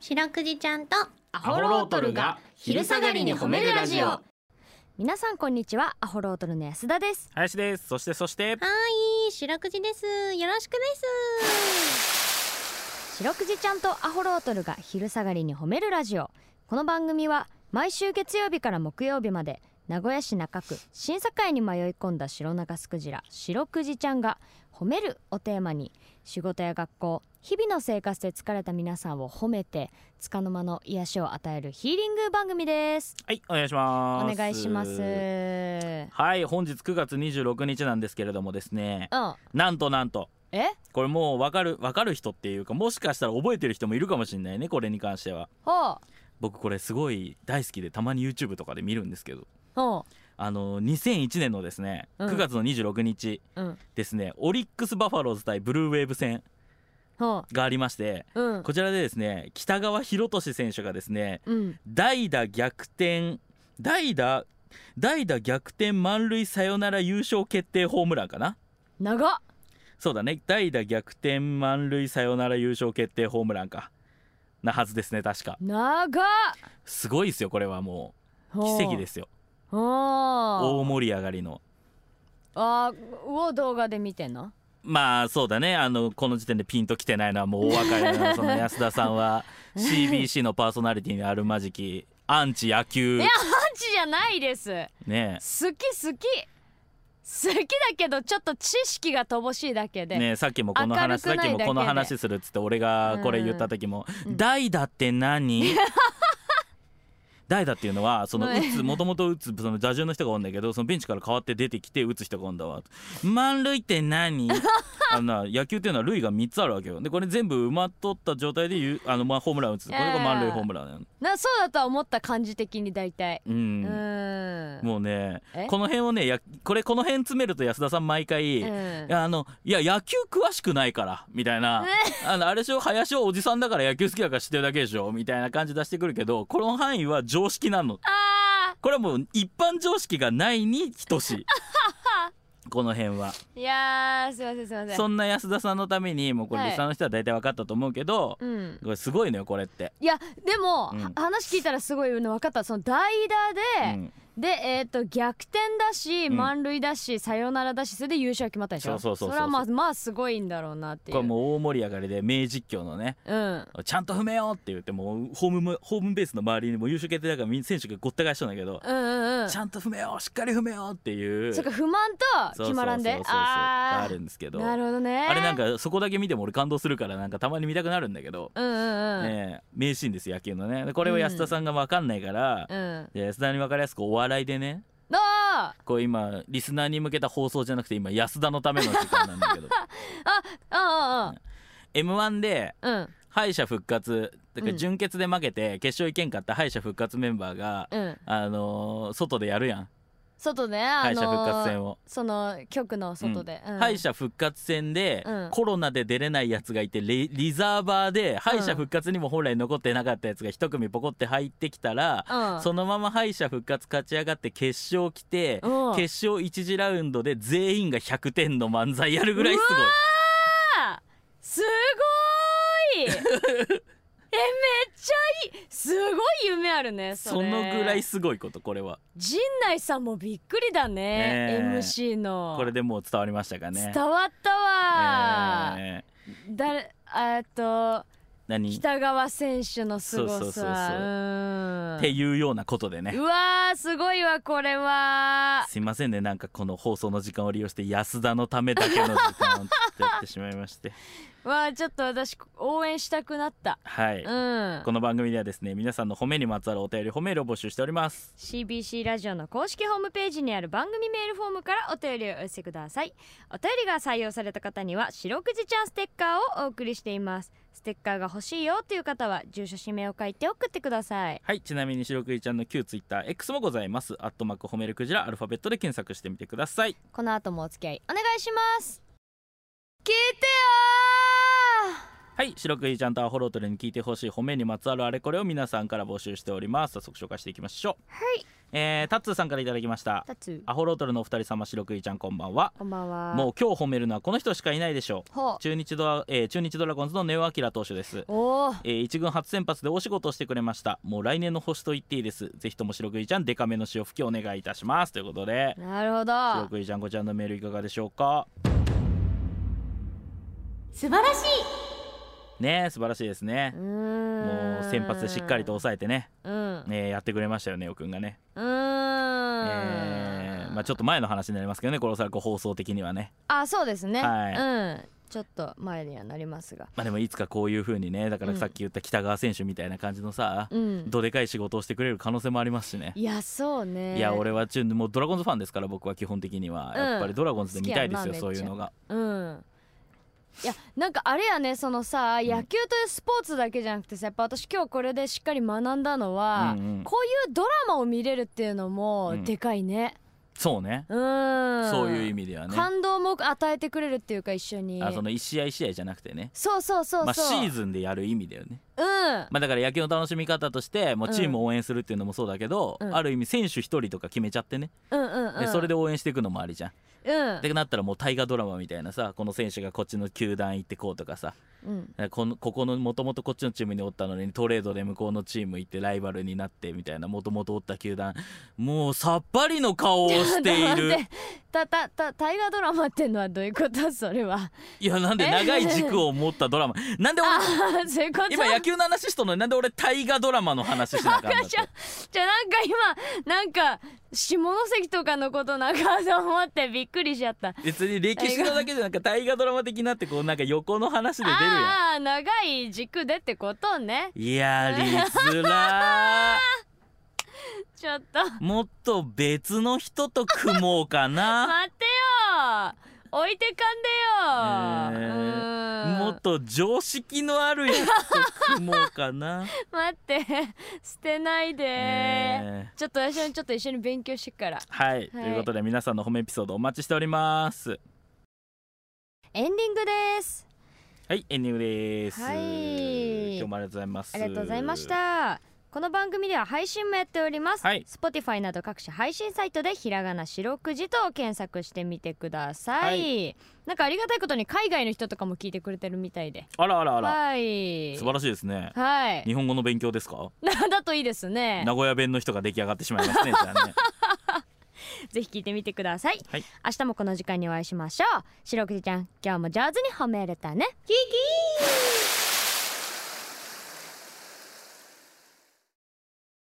白くじちゃんとアホロートルが昼下がりに褒めるラジオ皆さんこんにちはアホロートルの安田です林ですそしてそしてはい白くじですよろしくです白くじちゃんとアホロートルが昼下がりに褒めるラジオこの番組は毎週月曜日から木曜日まで名古屋市中区審査会に迷い込んだ白長スクジラ白くじちゃんが褒めるをテーマに仕事や学校日々の生活で疲れた皆さんを褒めて束の間の癒しを与えるヒーリング番組ですはいお願いしますお願いしますうんはい本日9月26日なんですけれどもですねなんとなんとえこれもう分かる分かる人っていうかもしかしたら覚えてる人もいるかもしれないねこれに関してはほう僕これすごい大好きでたまに YouTube とかで見るんですけどほあの2001年のですねうん9月の26日ううんですね、オリックス・バファローズ対ブルーウェーブ戦ほがありましてううんこちらでですね北川宏俊選手がですねうん代打逆転代打代打逆転満塁サヨナラ優勝決定ホームランかな長っそうだね代打逆転満塁サヨナラ優勝決定ホームランかなはずですね確か長っすごいですよこれはもう奇跡ですよほうほ大う盛り上がりのあーを動画で見てんのまあそうだねあのこの時点でピンときてないのはもうお分かり のその安田さんは CBC のパーソナリティにあるまじきアンチ野球いやパンチじゃないですね好き好き好きだけどちょっと知識が乏しいだけで、ねさっきもこの話明さるくっなきいだもけでこの話するっつって俺がこれ言った時もうん「代打って何? 」代打っていうのはそのう打んつもともと打つその打順の人がおるんだけどそのベンチから変わって出てきて打つ人がおるんだわ満塁って何 あのな野球っていうのは塁が3つあるわけよでこれ全部埋まっとった状態でゆあのまあホームラン打つこれが満塁ホームランだよなそうだとは思った感じ的に大体ううんんもうねえこの辺をねやこれこの辺詰めると安田さん毎回、うんあのいや野球詳しくないからみたいな あのあれでしょ林はおじさんだから野球好きだから知ってるだけでしょみたいな感じ出してくるけどこの範囲は常識なのあこれはもう一般常識がないに 等しいこの辺はーいやーすいませんすいませんそんな安田さんのためにもうこれはいリスナーの人は大体分かったと思うけど、うんこれすごいのよこれって、いやでも、うんは話聞いたらすごいの分かったその代う打で、ん、でえっ、と逆転だし、うん満塁だしサヨナラだしそれで優勝決まったでしょそうそうそうそうれはまあまあすごいんだろうなっていうこれもう大盛り上がりで名実況のねうんちゃんと踏めよって言ってもうホームもホームベースの周りにも優勝決定だからみん選手がごった返したんだけど、うんうんうんちゃんと踏めよしっかり踏めよっていうそっか不満と決まらんでそうそうそうそうああーるんですけどなるほどねあれなんかそこだけ見ても俺感動するからなんかたまに見たくなるんだけど、うんうんうん、ねえ名シーンですよ野球のねでこれを安田さんが分かんないから、うんで安田に分かりやすくお笑いでねあーこう今リスナーに向けた放送じゃなくて今安田のための時間なんだけ どあー m 1であーうん敗者復活だかうらん準決で負けて決勝行けんかった敗者復活メンバーが、うんあのー外でやるやん外ねあ敗の者ー、復活戦をその局の外で、うん敗者復活戦で、うんコロナで出れないやつがいてリリザーバーで敗者復活にも本来残ってなかったやつが一組ポコって入ってきたら、うんそのまま敗者復活勝ち上がって決勝来て、うん決勝1次ラウンドで全員が100点の漫才やるぐらいすごい。あす ごーいえめっちゃいいすごい夢あるねそそれのぐらいすごいことこれは陣内さんもびっくりだねねえ MC のこれでもう伝わりましたかね伝わったわー、え誰えっとー何っ北川選手のすごさそうそうそうそううんていうようなことでねうわーすごいわこれはすいませんねなんかこの放送の時間を利用して安田のためだけの時間を作ってしまいましてわあちょっと私応援したくなったはい、うんこの番組ではですね皆さんの褒めにまつわるお便り褒めるを募集しております CBC ラジオの公式ホームページにある番組メールフォームからお便りをお寄せくださいお便りが採用された方には白くじちゃんステッカーをお送りしていますステッカーが欲しいよという方は住所氏名を書いて送ってくださいはいちなみに白くじちゃんの旧ツイッター X もございますアットマーク褒めるクジラアルファベットで検索してみてくださいこの後もお付き合いお願いします聞いてよーはい白くじちゃんとアホロートルに聞いてほしい褒めにまつわるあれこれを皆さんから募集しております早速紹介していきましょうはいえー、タッツーさんからいただきましたタツアホロートルのお二人様白くじちゃんこんばんはこんばんはもう今日褒めるのはこの人しかいないでしょうほ中日ドラ、えー中日ドラゴンズのネオアキラ投手ですうおおえー一軍初先発で大仕事をしてくれましたもう来年の星と言っていいですぜひとも白くじちゃんデカめの潮吹きお願いいたしますということでなるほ白どくじちゃんこちゃんのメールいかがでしょうか素晴らしいねえ素晴らしいですねうーんもう先発でしっかりと抑えてね、うんえーやってくれましたよねおくんがね、うーんえーまあ、ちょっと前の話になりますけどねこれおそらく放送的にはねあそうですね、はいうんちょっと前にはなりますがまあでもいつかこういう風にねだからさっき言った北川選手みたいな感じのさ、うんどでかい仕事をしてくれる可能性もありますしねいやそうねいや俺はチュンもうドラゴンズファンですから僕は基本的にはうんやっぱりドラゴンズで見たいです好よ、きやなそういうのがうんいやなんかあれやねそのさ野球というスポーツだけじゃなくてさやっぱ私今日これでしっかり学んだのは、うんうんこういうドラマを見れるっていうのうもんでかいねそうね、うんそういう意味ではね感動も与えてくれるっていうか一緒にあその1試合1試合じゃなくてねそうそうそうそう、まあ、シーズンでやる意味だよね、うんまあ、だから野球の楽しみ方としてもうチームを応援するっていうのもそうだけど、うんある意味選手1人とか決めちゃってね、うんうんうんでそれで応援していくのもありじゃん。うんでなったらもう大河ドラマみたいなさこの選手がこっちの球団行ってこうとかさうんこのここのもともとこっちのチームにおったのにトレードで向こうのチーム行ってライバルになってみたいなもともとおった球団もうさっぱりの顔をしていだ るってたたた大河ドラマってのはどういうことそれはいやなんで長い軸を持ったドラマなんで 俺そういうこと 今野球の話しとんのになんで俺大河ドラマの話しなあか んのってじゃあなんか今なんか下関とかのことなんかと思ってびっくりしちゃった別に歴史のだけじゃなくて大河ドラマ的なってこうなんか横の話で出るやんああ長い軸でってことねやりづら ちょっとーもっと別の人と組もうかな待ってよ置いてかんでよ、えうーんもっと常識のあるやつと組もうか な待って捨てないで、えーちょっと私もちょっと一緒に勉強してっからはい、ということで皆さんの褒めエピソードお待ちしておりますエンディングですはいエンディングです、はい今日もありがとうございますありがとうございました。この番組では配信もやっております。はい Spotify など各種配信サイトでひらがな白くじと検索してみてください。はなんかありがたいことに海外の人とかも聞いてくれてるみたいで。あらあらあらはい。素晴らしいですねはい。日本語の勉強ですか なだといいですね。名古屋弁の人が出来上がってしまいますねじゃあねぜひ聞いてみてください。はい明日もこの時間にお会いしましょう。白くじちゃん、今日も上手に褒めれたね。キーキー。